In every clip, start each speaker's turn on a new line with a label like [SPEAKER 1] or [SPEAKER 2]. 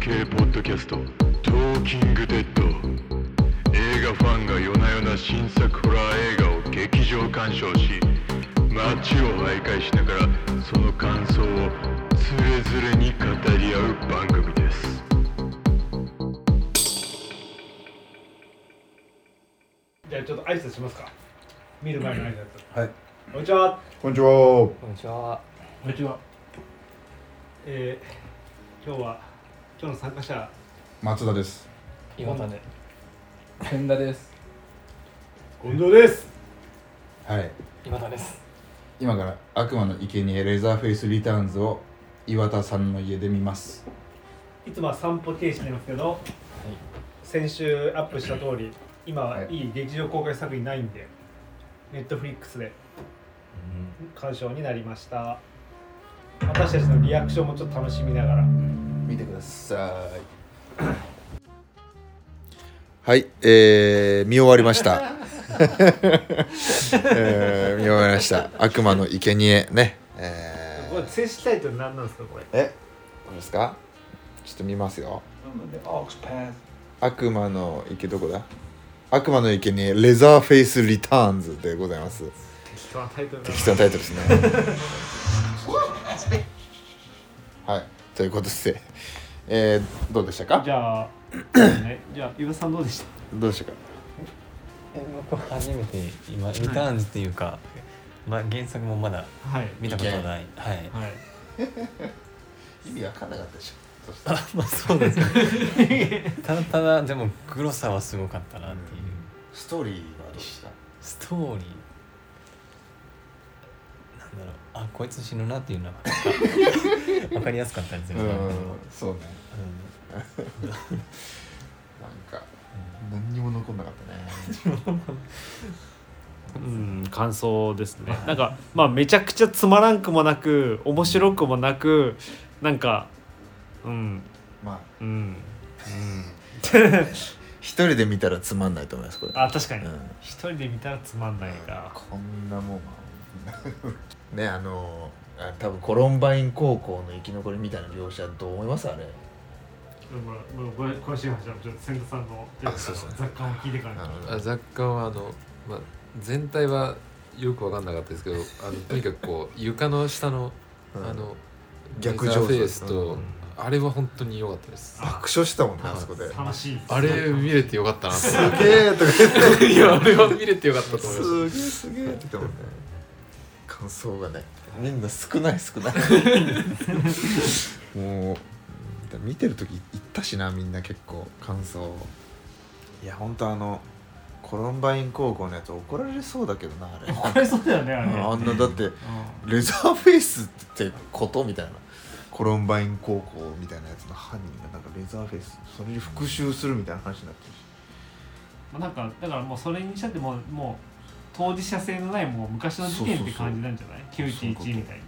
[SPEAKER 1] キャスト「トーキングデッド」映画ファンが夜な夜な新作ホラー映画を劇場鑑賞し街を徘徊しながらその感想をつれづれに語り合う番組です
[SPEAKER 2] じゃあちょっと挨拶しますか見る前の挨拶
[SPEAKER 3] はい
[SPEAKER 2] こんにちは
[SPEAKER 3] こんにちは。
[SPEAKER 4] こんにちは。
[SPEAKER 2] こんにちはえー、今日は今日の参加者
[SPEAKER 3] 松田です。
[SPEAKER 4] 岩田で。千田です。
[SPEAKER 2] 近藤です
[SPEAKER 3] はい。
[SPEAKER 4] 岩田です。
[SPEAKER 3] 今から悪魔の生贄レザーフェイスリターンズを岩田さんの家で見ます。
[SPEAKER 2] いつもは散歩形式なんですけど、先週アップした通り今は
[SPEAKER 3] はい
[SPEAKER 2] いい劇場公開作品ないんでネットフリックスで鑑賞になりました私たちのリアクションもちょっと楽しみながら
[SPEAKER 3] 見てください。はい、えー見終わりました。 えー見終わりました。悪魔の生贄ね。え
[SPEAKER 2] これ正式タイトル何なんですかこれ
[SPEAKER 3] ー、え、これですか？ちょっと見ますよ。悪魔の生どこだ？悪魔の生贄レザーフェイスリターンズでございます。
[SPEAKER 2] 適当なタイトルだな
[SPEAKER 3] 適当なタイトルです ね。はい、ということで、えー、どうでしたか
[SPEAKER 2] じゃあ、ね、じゃあ岩田さんどうでした
[SPEAKER 3] どうでしたか
[SPEAKER 4] え、僕初めて今リターンズっていうか、まあ原作もまだ
[SPEAKER 2] はい
[SPEAKER 4] 見たことない。はい。
[SPEAKER 2] はい
[SPEAKER 3] 意味わかんなかったでしょそした ら
[SPEAKER 4] あ、 まあそうですね。ただただでもグロさはすごかったなっていう。
[SPEAKER 3] ストーリーはどうでした
[SPEAKER 4] ストーリー。なんだろう。あ、こいつ死ぬなって いうのはなんかわかりやすかったですよね。うん。
[SPEAKER 3] そうねなんか何にも残んなかったね
[SPEAKER 2] うん感想ですねなんかまあめちゃくちゃつまらんくもなく面白くもなくなんかうん
[SPEAKER 3] まあ
[SPEAKER 2] うん
[SPEAKER 3] 一人で見たらつまんないと思いますこれ
[SPEAKER 2] あ確かに
[SPEAKER 3] うん
[SPEAKER 2] 一人で見たらつまんないが
[SPEAKER 3] こんなもんはねあのあ多分コロンバイン高校の生き残りみたいな描写どう思いますあれ
[SPEAKER 2] 詳しい話はちょっと千田さんの
[SPEAKER 3] あそうそう
[SPEAKER 2] 雑貨を聞いてか
[SPEAKER 3] あ
[SPEAKER 2] ら
[SPEAKER 3] の
[SPEAKER 5] あ若干はあの、まあ、全体はよく分かんなかったですけど あのとにかくこう床の下のあ
[SPEAKER 3] うん
[SPEAKER 5] の、
[SPEAKER 3] 逆
[SPEAKER 5] レ
[SPEAKER 3] 上
[SPEAKER 5] ザー
[SPEAKER 3] 手
[SPEAKER 5] フェイスと、
[SPEAKER 3] うん
[SPEAKER 5] あれは本当に良かったです
[SPEAKER 2] あ
[SPEAKER 3] 爆笑したもんねあそこで
[SPEAKER 2] 楽しい
[SPEAKER 5] あれ見れて良かったな
[SPEAKER 3] すげえとか言って
[SPEAKER 5] といやあれは見れて良かったと思います
[SPEAKER 3] すげえすげえって言ったもんね感想がねみんな少ない 少ないもう見てる時言ったしなみんな結構感想いやほんとあのコロンバイン高校のやつ怒られそうだけどなあれ
[SPEAKER 2] これそうだよねあれ
[SPEAKER 3] あ
[SPEAKER 2] うん
[SPEAKER 3] んなだってレザーフェイスってことみたいなコロンバイン高校みたいなやつの犯人がなんかレザーフェイスそれに復讐するみたいな話になってるし
[SPEAKER 2] まあなんかだからもうそれにしたってもうもう当事者性のないもう昔の事件って感じなんじゃない
[SPEAKER 3] そうそうそうそう
[SPEAKER 2] 911みたいに
[SPEAKER 3] う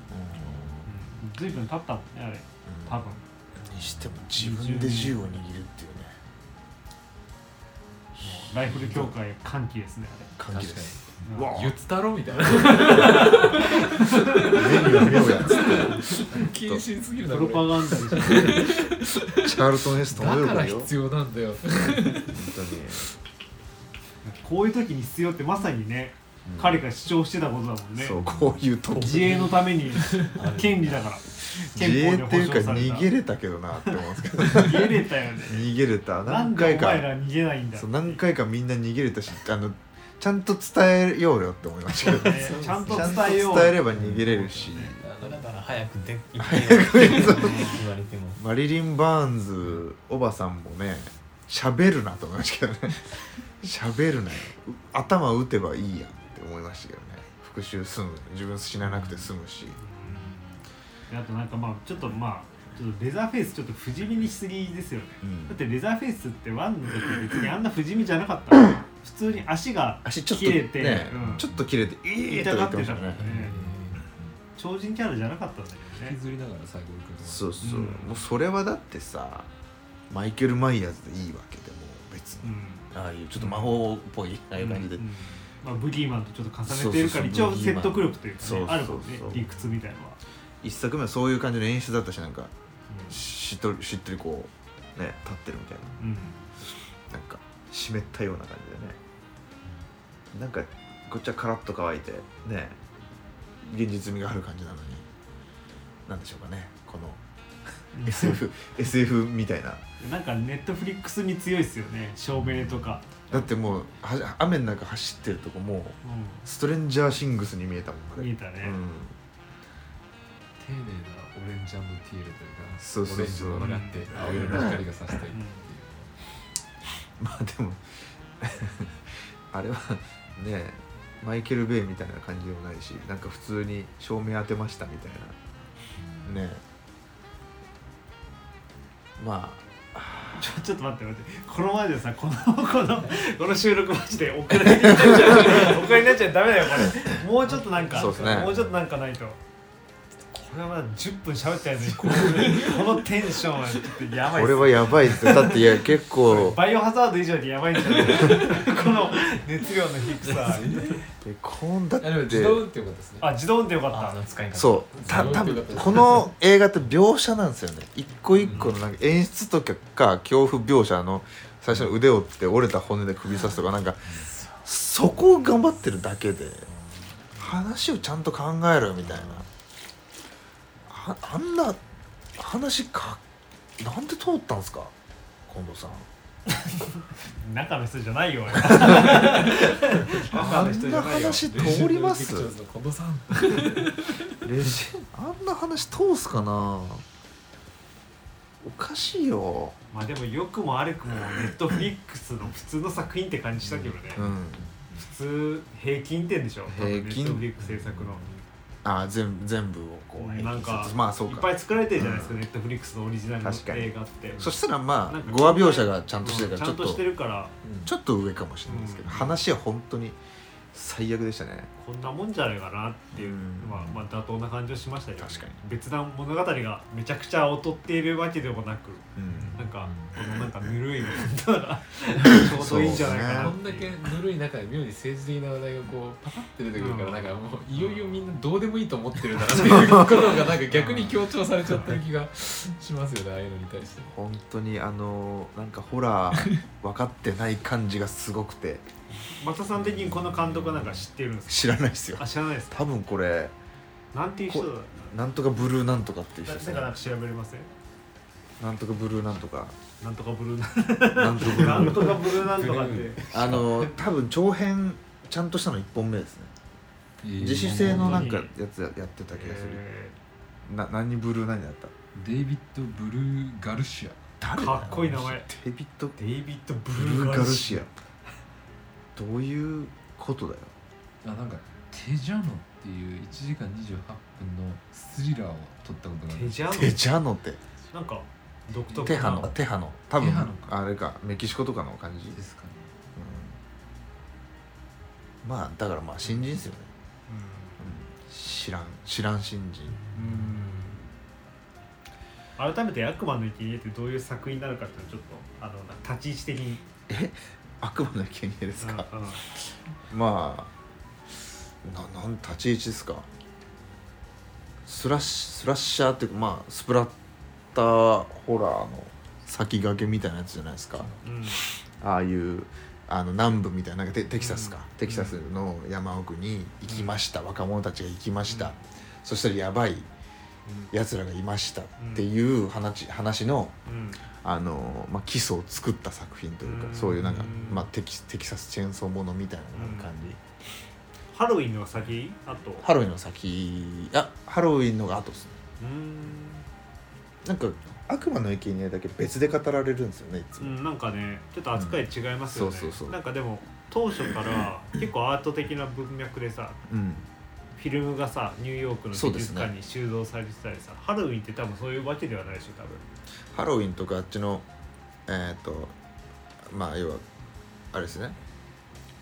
[SPEAKER 2] うん随分経ったもんねあれ
[SPEAKER 3] ん
[SPEAKER 2] 多分
[SPEAKER 3] にしても自分で銃を握るっていうね
[SPEAKER 2] ライフル協会歓喜ですね
[SPEAKER 3] 感じです
[SPEAKER 2] あれ
[SPEAKER 3] うわ
[SPEAKER 5] 言ったろみたいな
[SPEAKER 3] メニュー見ようやつって
[SPEAKER 5] 謹慎すぎるな
[SPEAKER 2] プ
[SPEAKER 5] こ
[SPEAKER 2] ロ
[SPEAKER 5] れ
[SPEAKER 2] パガンダでしょ
[SPEAKER 3] チャールトンヘストン
[SPEAKER 5] だから
[SPEAKER 3] よ
[SPEAKER 5] 必要なんだよ
[SPEAKER 3] 本当に
[SPEAKER 2] こういう時に必要ってまさにね、彼が主張してたことだもんね
[SPEAKER 3] そうこういうと
[SPEAKER 2] 自衛のために権利だから
[SPEAKER 3] 自衛っていうか
[SPEAKER 2] 憲法で保
[SPEAKER 3] 逃げ
[SPEAKER 2] 障
[SPEAKER 3] れたけどなって思うんですけど
[SPEAKER 2] された逃げれたよね
[SPEAKER 3] 逃げれた
[SPEAKER 2] なん
[SPEAKER 3] 何
[SPEAKER 2] でお前
[SPEAKER 3] 回から
[SPEAKER 2] 逃げないんだ
[SPEAKER 3] そう何回かみんな逃げれたしあのちゃんと伝えようよって思いましたけど
[SPEAKER 2] ね ちゃんと伝えよう
[SPEAKER 3] ちゃんと伝えれば逃げれるし
[SPEAKER 4] だから早く で行ってよって言われても。
[SPEAKER 3] マリリン・バーンズおばさんもね喋るなと思いましたけ どね喋るなよう頭打てばいいやんって思いましたけどね復讐済む自分死ななくて済むし
[SPEAKER 2] あとなんかまあちょっとまあちょっとレザーフェイスちょっと不死身にしすぎですよね
[SPEAKER 3] うん
[SPEAKER 2] だってレザーフェイスってワンの時別にあんな不死身じゃなかったの普通に足が
[SPEAKER 3] 足ちょっと
[SPEAKER 2] 切れて
[SPEAKER 3] ね、
[SPEAKER 2] うん
[SPEAKER 3] ちょっと切れて「いい!」
[SPEAKER 2] 痛
[SPEAKER 3] とか
[SPEAKER 2] がっ
[SPEAKER 3] 言っててま
[SPEAKER 2] た
[SPEAKER 3] し
[SPEAKER 2] か
[SPEAKER 3] た
[SPEAKER 2] ら
[SPEAKER 3] ね
[SPEAKER 2] ね超人キャラじゃなかったんだけど
[SPEAKER 5] 引
[SPEAKER 2] ね
[SPEAKER 5] きずりながら最後行くとか
[SPEAKER 3] そうそう、
[SPEAKER 2] うん
[SPEAKER 3] もうそれはだってさマイケル・マイヤーズでいいわけでもう別
[SPEAKER 2] う
[SPEAKER 3] に、
[SPEAKER 2] ん
[SPEAKER 3] ああいうちょっと魔法っぽいああいう感じで、
[SPEAKER 2] んんまあ、ブギーマンとちょっと重ねてるから一応
[SPEAKER 3] そうそうそう
[SPEAKER 2] 説得力というか、ね、
[SPEAKER 3] ブギーマン
[SPEAKER 2] あるもんね
[SPEAKER 3] そうそうそう
[SPEAKER 2] 理屈みたいのは、
[SPEAKER 3] 一作目はそういう感じの演出だったしなんか
[SPEAKER 2] う
[SPEAKER 3] しっとりしっとりこうね立ってるみたいな
[SPEAKER 2] うん
[SPEAKER 3] なんか湿ったような感じでねなんかこっちはカラッと乾いてね現実味がある感じなのになんでしょうかねこの SF, SF みたいな
[SPEAKER 2] なんかネットフリックスに強いですよね照明とか、
[SPEAKER 3] だってもうは雨の中走ってるとこもう
[SPEAKER 2] う
[SPEAKER 3] ストレンジャーシングスに見えたもんあれ
[SPEAKER 2] 見えたね
[SPEAKER 3] うん
[SPEAKER 5] 丁寧なオレンジティールというか
[SPEAKER 3] そうそうそう
[SPEAKER 5] オレンジのって青色の光がさしているっていう、
[SPEAKER 3] まあでも あれはねマイケル・ベイみたいな感じでもないしなんか普通に照明当てましたみたいなねま
[SPEAKER 2] ん、 ちょちょっと待って待ってこの前でさこの このこの収録マジでお蔵になっちゃうお 蔵になっちゃダメだよこれもうちょっとなんか
[SPEAKER 3] そうっすね
[SPEAKER 2] もうちょっとなんかないとこれはまだ10分喋ってないのにこの このテンションはちょっとや
[SPEAKER 3] あ
[SPEAKER 2] ばい
[SPEAKER 3] これはやばいですよだっていや結 構
[SPEAKER 2] バイオハザード以上にやばいんじゃ ないこの熱量の低 さ
[SPEAKER 3] でこんだっ
[SPEAKER 5] あでも自
[SPEAKER 3] て
[SPEAKER 5] 動運転もですね
[SPEAKER 2] あ自動運転よか
[SPEAKER 4] あ
[SPEAKER 2] っ
[SPEAKER 4] の使い方
[SPEAKER 3] そうた多分この映画って描写なんですよね一個一個のなんか演出とか恐怖描写の最初の腕を折って折れた骨で首刺すとかなんかそこを頑張ってるだけで話をちゃんと考えるみたいなああんな話かなんで通ったんですか近藤さん
[SPEAKER 2] た中の人じゃないよ俺
[SPEAKER 3] あ
[SPEAKER 2] 中の人
[SPEAKER 3] ん
[SPEAKER 2] じ
[SPEAKER 3] な
[SPEAKER 2] ゃないよ
[SPEAKER 3] 話通りま
[SPEAKER 5] レジ
[SPEAKER 3] す
[SPEAKER 5] ェンドピクチャーズの近藤さん
[SPEAKER 3] レジあんな話通すかなおかしいよ
[SPEAKER 2] まあでも良くも悪くもネットフリックスの普通の作品って感じしたけどね、
[SPEAKER 3] うん
[SPEAKER 2] 普通平均点でしょ
[SPEAKER 3] 平
[SPEAKER 2] ネ
[SPEAKER 3] 均
[SPEAKER 2] ットフリックス制作の、
[SPEAKER 3] あー全部全部をこう
[SPEAKER 2] なんか
[SPEAKER 3] まあそう
[SPEAKER 2] いっ
[SPEAKER 3] か
[SPEAKER 2] ぱい作られてるじゃないですか、ネットフリックスのオリジナルの
[SPEAKER 3] 確かに
[SPEAKER 2] 映画って
[SPEAKER 3] そしたらま
[SPEAKER 2] なん
[SPEAKER 3] あ
[SPEAKER 2] か
[SPEAKER 3] 語話描写がちゃんとしてるから
[SPEAKER 2] う
[SPEAKER 3] ちょ
[SPEAKER 2] ん
[SPEAKER 3] っ
[SPEAKER 2] ちゃんと
[SPEAKER 3] と
[SPEAKER 2] してるから
[SPEAKER 3] ちょっと上かもしれないですけど
[SPEAKER 2] うん
[SPEAKER 3] 話は本当に最悪でしたね
[SPEAKER 2] こんなもんじゃないかなっていう、
[SPEAKER 3] うん
[SPEAKER 2] まあ、まあ妥当な感じはしましたけど、
[SPEAKER 3] 確かに
[SPEAKER 2] 別段物語がめちゃくちゃ劣っているわけでもなく
[SPEAKER 3] うん
[SPEAKER 2] なんかこのなんかぬるいのがちょうどいいんじゃないかな
[SPEAKER 5] こ
[SPEAKER 2] っ
[SPEAKER 5] ん
[SPEAKER 2] て
[SPEAKER 5] だ
[SPEAKER 2] い
[SPEAKER 5] け
[SPEAKER 2] う
[SPEAKER 5] ぬるい中で妙に政治的な話題がこうパパって出てくるから
[SPEAKER 2] うん
[SPEAKER 5] なんかもういよいよみんなどうでもいいと思ってるんだなっていうことがなんか逆に強調されちゃってる気がしますよねああいうのに対して
[SPEAKER 3] 本当にあのーなんかホラー分かってない感じがすごくて
[SPEAKER 2] 松田さん的にこの監督はなんか知ってるんですか
[SPEAKER 3] 知らないですよ
[SPEAKER 2] あ知らないですか
[SPEAKER 3] 多分これ
[SPEAKER 2] なんていう人だな
[SPEAKER 3] なんとかブルーなんとかっていう人
[SPEAKER 2] 誰
[SPEAKER 3] です
[SPEAKER 2] か
[SPEAKER 3] ね
[SPEAKER 2] なんか調べれません
[SPEAKER 3] なんとかブルーなんとか
[SPEAKER 2] なんとかブルーな
[SPEAKER 3] なんと かブ ル
[SPEAKER 2] な
[SPEAKER 3] ー
[SPEAKER 2] んとかブルーなんとかっ
[SPEAKER 5] ブ
[SPEAKER 2] て
[SPEAKER 5] ル
[SPEAKER 3] あのー多分長編ちゃんとしたの1本目ですね自主性のなんかやつやってた気がする
[SPEAKER 2] え
[SPEAKER 3] な何ブルー何だった
[SPEAKER 5] デイビッド・ブルー・ガルシア
[SPEAKER 3] 誰
[SPEAKER 2] ー
[SPEAKER 3] だよ
[SPEAKER 2] かっこいい名前
[SPEAKER 3] デビッド・
[SPEAKER 2] デイビッド・ブ
[SPEAKER 3] ブ
[SPEAKER 2] ルー
[SPEAKER 3] ルー・
[SPEAKER 2] ガ
[SPEAKER 3] ガ
[SPEAKER 2] ル
[SPEAKER 3] ル
[SPEAKER 2] シ
[SPEAKER 3] シアどういうことだよ
[SPEAKER 5] あなんかテジャノっていう1時間28分のスリラーを撮ったことが
[SPEAKER 2] ア
[SPEAKER 5] あ
[SPEAKER 2] テ
[SPEAKER 5] る
[SPEAKER 2] ジャ
[SPEAKER 3] テ
[SPEAKER 2] ー
[SPEAKER 3] ジャノって
[SPEAKER 2] ノなんか独特な
[SPEAKER 3] テハノテハノ多分
[SPEAKER 5] テハノ
[SPEAKER 3] あれかメキシコとかの感じ、うん
[SPEAKER 5] ですかね
[SPEAKER 3] まあだからまあ新人ですよね、
[SPEAKER 2] う
[SPEAKER 3] うん知らん知らん新人
[SPEAKER 2] んうん改めて「悪魔の生贄ってどういう作品なのかっていうのをちょっとあの立ち位置的に
[SPEAKER 3] 悪魔の生贄ですか、
[SPEAKER 2] うんうん
[SPEAKER 3] まあななん立ち位置ですかスラッシュスラッシャーっていうかまあスプラッターホラーの先駆けみたいなやつじゃないですか、
[SPEAKER 2] うん
[SPEAKER 3] ああいうあの南部みたいななんかテテキサスか、
[SPEAKER 2] うん
[SPEAKER 3] テキサスの山奥に行きました、若者たちが行きました、そしたらやばいやつらがいましたっていう話,、話の
[SPEAKER 2] うん
[SPEAKER 3] あの、まあ、基礎を作った作品というか、
[SPEAKER 2] うん
[SPEAKER 3] そういうなんか、まあ、テキテキサスチェーンソーものみたいなのがある感じ、
[SPEAKER 2] ハロウィンの先あと
[SPEAKER 3] ハロウィンの先あハロウィンのが後ですね
[SPEAKER 2] うん
[SPEAKER 3] なんか悪魔の生贄だけ別で語られるんですよねいつ
[SPEAKER 2] う
[SPEAKER 3] も、
[SPEAKER 2] ん、なんかねちょっと扱い違いますよね、
[SPEAKER 3] うんそうそうそう
[SPEAKER 2] なんかでも当初 から結構アート的な文脈でさ
[SPEAKER 3] うん
[SPEAKER 2] フィルムがさニューヨークの
[SPEAKER 3] そう
[SPEAKER 2] 美
[SPEAKER 3] です
[SPEAKER 2] 術
[SPEAKER 3] ね
[SPEAKER 2] 館に収蔵されてたりさ、ハロウィンって多分そういうわけではないでしょ多分
[SPEAKER 3] ハロウィンとかあっちのえっ、とまあ要はあれですね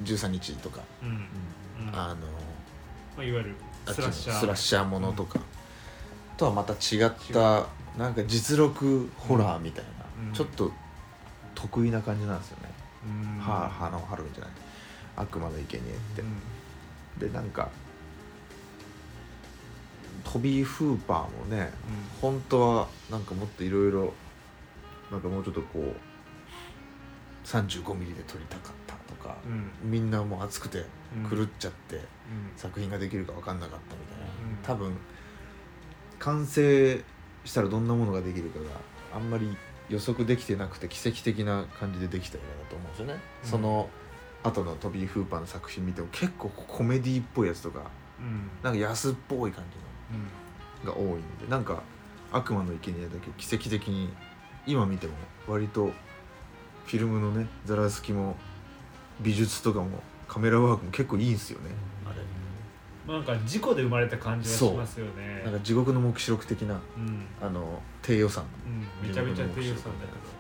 [SPEAKER 3] 13日とか、
[SPEAKER 2] うん、うんま
[SPEAKER 3] あの
[SPEAKER 2] あ、いわゆる
[SPEAKER 3] あっち
[SPEAKER 2] スラ
[SPEAKER 3] の
[SPEAKER 2] ッシャー
[SPEAKER 3] スラッシャーものとか、とはまた違ったなんか実力ホラーみたいな、
[SPEAKER 2] うん
[SPEAKER 3] ちょっと得意な感じなんですよね、
[SPEAKER 2] うん
[SPEAKER 3] はあのハロウィンじゃない悪魔の生贄って、
[SPEAKER 2] うん
[SPEAKER 3] でなんかトビー・フーパーもね本当はなんかもっといろいろなんかもうちょっとこう35ミリで撮りたかったとか、
[SPEAKER 2] うん
[SPEAKER 3] みんなもう熱くて
[SPEAKER 2] うん
[SPEAKER 3] 狂っちゃって
[SPEAKER 2] うん
[SPEAKER 3] 作品ができるか分かんなかったみたい
[SPEAKER 2] う
[SPEAKER 3] な、
[SPEAKER 2] ん
[SPEAKER 3] 多分完成したらどんなものができるかがあんまり予測できてなくて奇跡的な感じでできた映画だと思うんですよね、
[SPEAKER 2] うん
[SPEAKER 3] その後のトビー・フーパーの作品見ても結構コメディっぽいやつとか
[SPEAKER 2] うん
[SPEAKER 3] なんか安っぽい感じの
[SPEAKER 2] うん
[SPEAKER 3] が多いんでなんか「悪魔の生贄だけ奇跡的に今見ても割とフィルムのねザラスキも美術とかもカメラワークも結構いいんすよねあれ
[SPEAKER 2] なんか事故で生まれた感じがしますよね
[SPEAKER 3] なんか地獄の黙示録的な
[SPEAKER 2] うん
[SPEAKER 3] あの低予算
[SPEAKER 2] うんめちゃめちゃ低予算だけど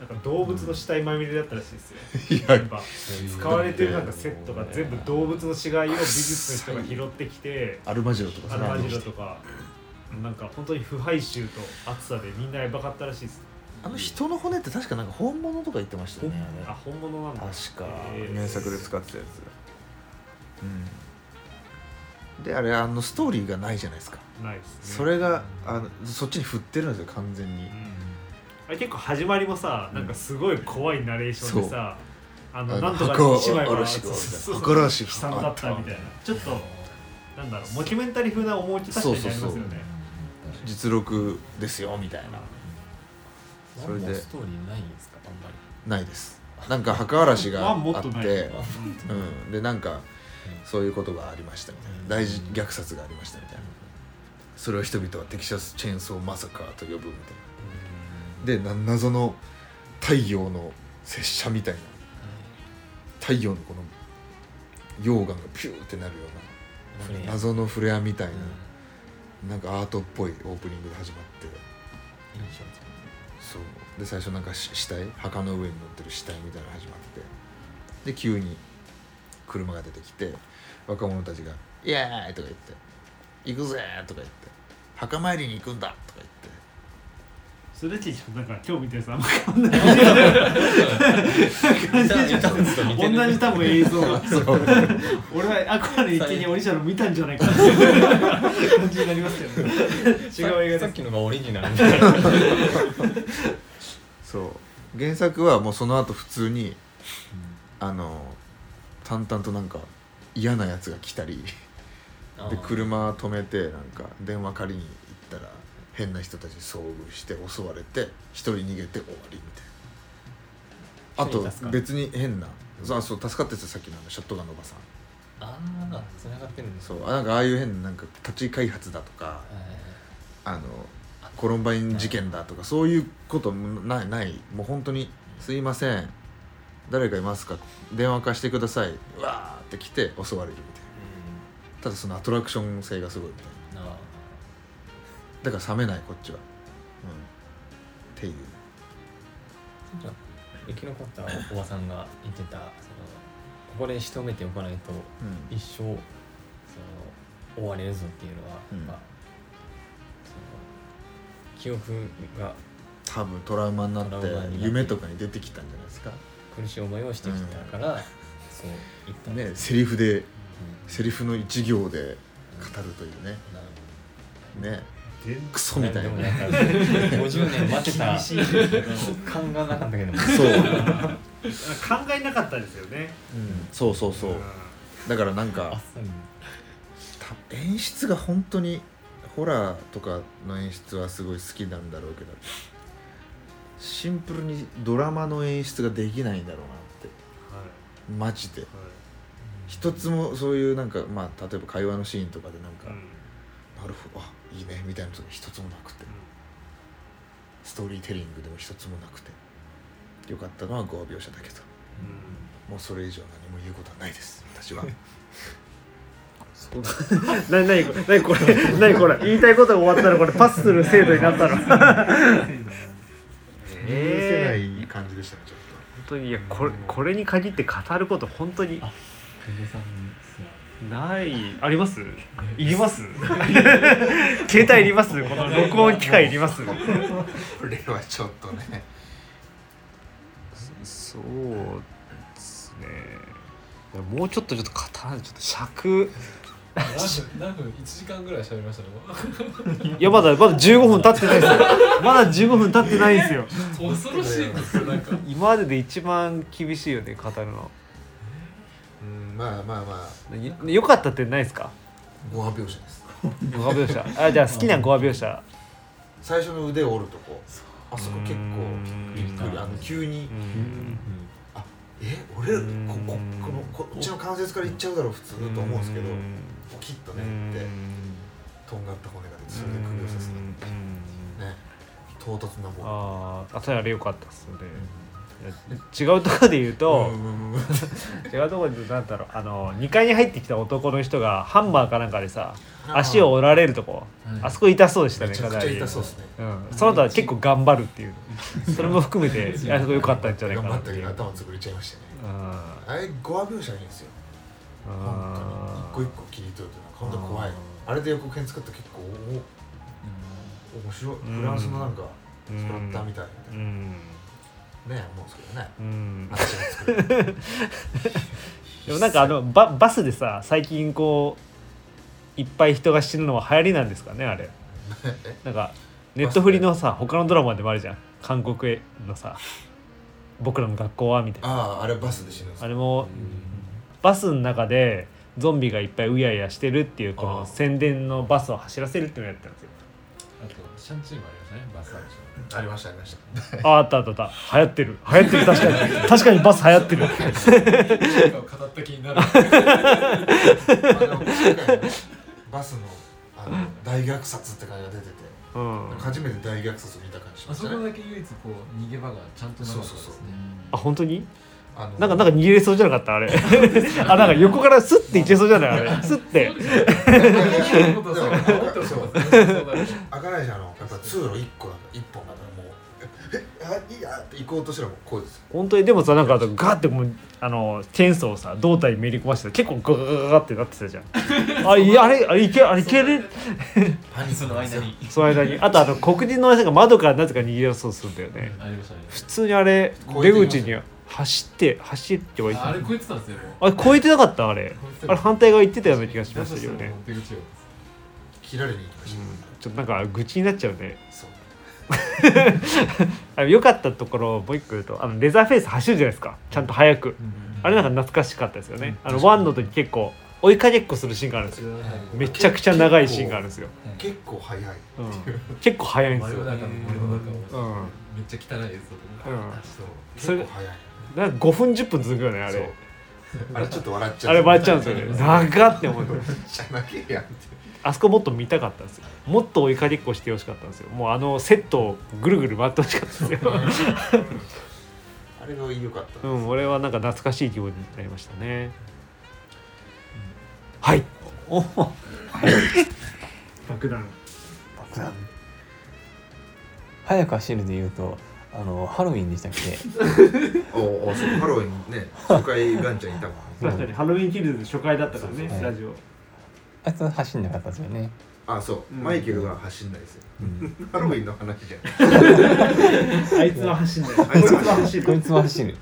[SPEAKER 2] なんか動物の死体まみれだったらしいですよ、
[SPEAKER 3] い
[SPEAKER 2] やっぱ使われてるなんかセットが全部動物の死骸を美術の人が拾ってきて
[SPEAKER 3] アルマジロとか
[SPEAKER 2] アルマジロとかなんか本当に腐敗臭と暑さでみんなやばかったらしいです
[SPEAKER 3] あの人の骨って確かなんか本物とか言ってましたよね
[SPEAKER 2] あ本物なんだ
[SPEAKER 3] あれ確か
[SPEAKER 2] えー
[SPEAKER 3] 名作で使ってたやつうんであれあのストーリーがないじゃないですか
[SPEAKER 2] ないですね
[SPEAKER 3] それがあのそっちに振ってるんですよ完全に
[SPEAKER 2] うんあれ結構始まりもさなんかすごい怖いナレーションでさ、あのなんとか
[SPEAKER 3] 箱を
[SPEAKER 2] 姉妹
[SPEAKER 3] 下
[SPEAKER 2] は
[SPEAKER 3] ろし
[SPEAKER 2] そうそ
[SPEAKER 3] て
[SPEAKER 2] うそう
[SPEAKER 3] 箱下ろし
[SPEAKER 2] 悲惨だったみたいなちょっとなんだろうモキュメンタリー風な思いき確かになりますよね
[SPEAKER 3] そうそう実録ですよみたいなそれで
[SPEAKER 5] ストーリーないんですかあんまり
[SPEAKER 3] ないですなんか墓荒らしが
[SPEAKER 2] あ
[SPEAKER 3] あ
[SPEAKER 2] もっ
[SPEAKER 3] っ
[SPEAKER 2] とない
[SPEAKER 3] て
[SPEAKER 2] うん
[SPEAKER 3] うんでなんかそういうことがありましたみたいな大事虐殺がありましたみたいなそれを人々はテキサスチェーンソーマサカーと呼ぶみたいなでな謎の太陽の拙者みたいな太陽のこの溶岩がピューってなるような謎のフレアみたいななんかアートっぽいオープニングで始まってそうで最初なんかし死体墓の上に乗ってる死体みたいなのが始まっててで急に車が出てきて若者たちが「イエーイ!」とか言って「行くぜ!」とか言って「墓参りに行くんだ!」とか言って
[SPEAKER 2] それでちょっとなんか今日見てさ同じ多分映像が俺はあくまで一気にオリジナル見たんじゃないかなっていう感じになりますけどね違う映画
[SPEAKER 4] さっ
[SPEAKER 2] です
[SPEAKER 4] きのがオリジナル
[SPEAKER 3] そう原作はもうその後普通に、あの淡々となんか嫌なやつが来たりで車止めてなんか電話借りに行ったら変な人たちに遭遇して襲われて一人逃げて終わりみたいなあ
[SPEAKER 4] 一人助
[SPEAKER 3] と
[SPEAKER 4] かる
[SPEAKER 3] 別に変なそうあそう助かってたよさっきのあのショットガンのおばさん
[SPEAKER 4] ああつながってるんです
[SPEAKER 3] そうあなんかああいう変ななんか立ち開発だとかあのコロンバイン事件だとかそういうこともないないもう本当に「すいません誰かいますか電話貸してください」うわーって来て襲われるみたいなただそのアトラクション性がすごいみたいなだから冷めないこっちは、うん、っていう
[SPEAKER 4] 生き残ったおばさんが言ってたそのここで仕留めておかないと
[SPEAKER 3] うん
[SPEAKER 4] 一生その追われるぞっていうのは、
[SPEAKER 3] うん
[SPEAKER 4] まあその記憶が
[SPEAKER 3] 多分トラウマになって
[SPEAKER 4] トラウマになって
[SPEAKER 3] 夢とかに出てきたんじゃないですか
[SPEAKER 4] 苦しい思いをしてきたから、そう言ったんだ
[SPEAKER 3] ねセリフで
[SPEAKER 4] うん
[SPEAKER 3] セリフの一行で語るというね
[SPEAKER 4] なる
[SPEAKER 3] ね
[SPEAKER 2] 全然
[SPEAKER 3] クソみたい
[SPEAKER 4] でも
[SPEAKER 3] な
[SPEAKER 4] なんか50年待ってた
[SPEAKER 2] 厳しいですけど
[SPEAKER 4] 感がなかったけども
[SPEAKER 3] そう、うん、
[SPEAKER 2] 考えなかったですよね
[SPEAKER 3] そうそうそうだからなん
[SPEAKER 4] あ
[SPEAKER 3] か
[SPEAKER 4] っさり
[SPEAKER 3] た演出が本当にホラーとかの演出はすごい好きなんだろうけどシンプルにドラマの演出ができないんだろうなって
[SPEAKER 2] は
[SPEAKER 3] マジで
[SPEAKER 2] いはい
[SPEAKER 3] 一つもそういうなんかまあ例えば会話のシーンとかでなんか、
[SPEAKER 2] うん
[SPEAKER 3] なるほどあいいねみたいなのとか一つもなくてストーリーテリングでも一つもなくてよかったのは5描写だけどもうそれ以上何も言うことはないです私 は
[SPEAKER 2] ななにこれなにこれなにこれ言いたいことが終わったらこれパスする制度になったのええ
[SPEAKER 3] 許せない感じでしたねちょっ
[SPEAKER 2] 本当にいやこれこれに限って語ること本当に
[SPEAKER 4] 久保さんそう
[SPEAKER 2] ないありますいります携帯いりますこの録音機械いります
[SPEAKER 3] とこれはちょっとね
[SPEAKER 2] そうですねいやもうちょっとちょっと語らないちょっと尺
[SPEAKER 5] 何分1時間ぐらい喋りましたね
[SPEAKER 2] いやまだまだ15分経ってないですよまだ15分経ってないですよ
[SPEAKER 5] 恐ろしいですよなんか
[SPEAKER 2] 今までで一番厳しいよね語るの
[SPEAKER 3] うんまあまあまあ
[SPEAKER 2] よよかったってないですか
[SPEAKER 3] ご発表者です
[SPEAKER 2] 5話描写あじゃあ好きな5話描写
[SPEAKER 3] 最初の腕を折るとこあそこ結構びっ
[SPEAKER 5] う
[SPEAKER 3] くり
[SPEAKER 5] ん
[SPEAKER 3] あの急に
[SPEAKER 2] うん
[SPEAKER 3] え俺ら
[SPEAKER 2] う
[SPEAKER 3] こ
[SPEAKER 2] ん
[SPEAKER 3] ここのここっちの関節からいっちゃうだろう普通と思うんですけどポキッとねいってとんがった骨が出てそれで首を刺すのね唐突な棒
[SPEAKER 2] あーあそれあれ良かったっすよね違うところで言うと、
[SPEAKER 3] うんうんうん
[SPEAKER 2] 違うところで言うと何だろうあの2階に入ってきた男の人がハンマーかなんかでさ足を折られるとこ
[SPEAKER 5] はい
[SPEAKER 2] あそこ痛そうでしたね
[SPEAKER 3] めちゃくちゃ痛そうですね
[SPEAKER 2] うん、その他結構頑張るっていうそれも含めてあそこ良かったんじゃない
[SPEAKER 3] 頑
[SPEAKER 2] か
[SPEAKER 3] 張
[SPEAKER 2] なっ
[SPEAKER 3] ってたけ
[SPEAKER 2] いう
[SPEAKER 3] ど
[SPEAKER 2] うん
[SPEAKER 3] 頭潰れちゃいましたね
[SPEAKER 2] あ
[SPEAKER 3] あれ語話描写がいいんですよ
[SPEAKER 2] ー
[SPEAKER 3] 本当に一個一個切り取るとなんか本当怖いあれで予告編作った結構お面白いフランスのなんかスプラッターみたいな
[SPEAKER 2] うん
[SPEAKER 3] ね思うんですけどね
[SPEAKER 2] うん
[SPEAKER 3] 私が作る
[SPEAKER 2] でもなんかあのババスでさ最近こういっぱい人が死ぬのは流行りなんですかねあれ なんかネットフリのさ他のドラマでもあるじゃん韓国へのさ「僕らの学校は」みたいな
[SPEAKER 3] あああれバスで死ぬんです
[SPEAKER 2] あ
[SPEAKER 3] よ
[SPEAKER 2] れもバスの中でゾンビがいっぱいうやいやしてるっていうこ
[SPEAKER 3] あ
[SPEAKER 2] の
[SPEAKER 3] ー
[SPEAKER 2] 宣伝のバスを走らせるっていうのをやってたんですよ
[SPEAKER 5] あとシャンチーもありましたねバスターでし
[SPEAKER 3] ありましたありました
[SPEAKER 2] ああったあったあった流行ってる流行ってる確かに確かにバス流行って る
[SPEAKER 5] ょなんか語った気になるあ
[SPEAKER 3] あの今回のバスのあの大虐殺って感じが出てて、
[SPEAKER 2] うん
[SPEAKER 3] 初めて大虐殺を見た感じしまし
[SPEAKER 5] そ
[SPEAKER 3] た
[SPEAKER 5] こ
[SPEAKER 3] ね
[SPEAKER 5] だけ唯一こう逃げ場がちゃんとなかったです
[SPEAKER 3] そうそう
[SPEAKER 5] ね
[SPEAKER 3] そ
[SPEAKER 2] あ本当に
[SPEAKER 3] あの
[SPEAKER 2] なんかなんか逃げれそうじゃなかったあれあなんか横からスッていっちゃいそうじゃないあれスッて
[SPEAKER 5] そう
[SPEAKER 3] でも
[SPEAKER 5] そうそうだね
[SPEAKER 3] 開かないじゃんあのやっぱ通路一個だから一本だからもうええあいいやって行こうとしたらもうこうですよ
[SPEAKER 2] 本当にでもさなんかあとガーってもうあのチェーンソーをさ胴体にめり込ましてた結構ガガガガガってなってたじゃんあいやあれあれいけあれいける
[SPEAKER 3] パニック
[SPEAKER 5] その
[SPEAKER 3] なんです
[SPEAKER 5] 間
[SPEAKER 3] よ
[SPEAKER 5] に
[SPEAKER 2] その間にあとあの黒人の人が窓からなぜか逃げ出そうとするんだよね
[SPEAKER 5] ありましたね
[SPEAKER 2] 普通にあれ
[SPEAKER 3] 超
[SPEAKER 2] 出
[SPEAKER 3] えてきま
[SPEAKER 2] 口
[SPEAKER 3] した
[SPEAKER 2] に走って走ってはい
[SPEAKER 5] あ
[SPEAKER 2] た
[SPEAKER 5] あれ超えてたんですよもう
[SPEAKER 2] あれ超えてなかったあれ
[SPEAKER 5] 超えてた
[SPEAKER 2] あれ反対側行ってたような気がしましたよ
[SPEAKER 5] だとしたら
[SPEAKER 2] ね
[SPEAKER 5] もう出口を
[SPEAKER 3] 切られに行きました、
[SPEAKER 2] ちょっとなんか愚痴になっちゃうね
[SPEAKER 3] そう
[SPEAKER 2] あの良かったところをもう一個言うとあのレザーフェイス走るじゃないですかちゃんと速くあれなんか懐かしかったですよねあのワンの時結構追いかけっこするシーンがあるんですよめちゃくちゃ長いシーンがあるんですよ、
[SPEAKER 3] 結構早い
[SPEAKER 2] うん、結構速いんで
[SPEAKER 5] 真
[SPEAKER 2] す
[SPEAKER 5] 夜
[SPEAKER 2] よ、
[SPEAKER 5] 中の森の中を
[SPEAKER 2] うん
[SPEAKER 5] めっちゃ汚い
[SPEAKER 2] う
[SPEAKER 5] 映像で
[SPEAKER 2] ん、そ
[SPEAKER 3] そう
[SPEAKER 2] れ
[SPEAKER 3] 結構早い
[SPEAKER 2] なんか5分10分続くよねあ
[SPEAKER 3] そう
[SPEAKER 2] れ
[SPEAKER 3] あれちょっと笑っちゃう
[SPEAKER 2] あれ笑っちゃうんですよ ね長って思う
[SPEAKER 3] じゃなきゃやんって
[SPEAKER 2] あそこもっと見たかったんですよもっと追いかけっこしてほしかったんですよもうあのセットをぐるぐる回ってほしかったですよ、
[SPEAKER 3] あれが良かった
[SPEAKER 2] うん、俺はなんか懐かしい気分になりましたねはいお お
[SPEAKER 6] 爆弾
[SPEAKER 4] 早く走るで言うとあのハロウィンでしたっけ
[SPEAKER 3] おおそうハロウィンね初回ガンちゃんいたもん
[SPEAKER 6] 確かにハロウィンキルズ初回だったからね、
[SPEAKER 4] そう
[SPEAKER 6] ラジオ
[SPEAKER 4] あいつは走んなかったですよね、
[SPEAKER 3] あそう
[SPEAKER 6] うん
[SPEAKER 3] マイケルは走んないですよ
[SPEAKER 4] うん、
[SPEAKER 3] ハロウィンの話じゃん
[SPEAKER 6] あいつは走んないこ
[SPEAKER 3] あい
[SPEAKER 6] い
[SPEAKER 3] つ
[SPEAKER 6] つ
[SPEAKER 3] は
[SPEAKER 6] は
[SPEAKER 3] 走
[SPEAKER 6] 走
[SPEAKER 4] こい
[SPEAKER 6] る
[SPEAKER 4] つは走る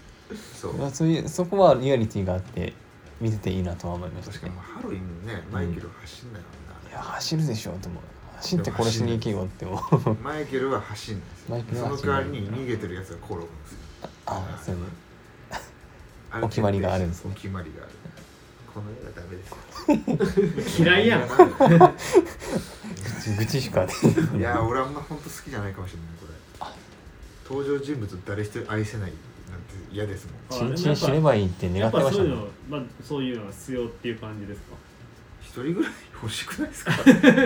[SPEAKER 3] そう
[SPEAKER 4] まあそういうそこはリアリティがあって見てていいなとは思いまし
[SPEAKER 3] 確
[SPEAKER 4] た
[SPEAKER 3] か
[SPEAKER 4] ね
[SPEAKER 3] にもうハロウィンねマイケルは走んないも
[SPEAKER 4] いや走るでしょと思う走って殺しに行けよって思うん
[SPEAKER 3] なマイケルは走んな
[SPEAKER 4] マ
[SPEAKER 3] い
[SPEAKER 4] イ
[SPEAKER 3] ですよ
[SPEAKER 4] ケル
[SPEAKER 3] その
[SPEAKER 4] は走
[SPEAKER 3] 代
[SPEAKER 4] んな
[SPEAKER 3] わ
[SPEAKER 4] い
[SPEAKER 3] りに逃げてるやつが転ぶんですよ
[SPEAKER 4] あそうね
[SPEAKER 3] あれ
[SPEAKER 4] お決まりがあるんです
[SPEAKER 3] お決まりがあるこの映画ダメですよ
[SPEAKER 6] 嫌いやん
[SPEAKER 4] 愚痴しかね
[SPEAKER 3] い や俺あんま本当好きじゃないかもしれないこれ登場人物誰一人愛せないなんて嫌ですもん
[SPEAKER 4] チンチン死ねばいいって狙
[SPEAKER 6] や
[SPEAKER 4] っ
[SPEAKER 6] ってぱ
[SPEAKER 4] まし
[SPEAKER 6] そ
[SPEAKER 4] た
[SPEAKER 6] うい
[SPEAKER 4] ね
[SPEAKER 6] うの、まあ、そういうのが必要っていう感じですか
[SPEAKER 3] 一人ぐらい欲しくないですか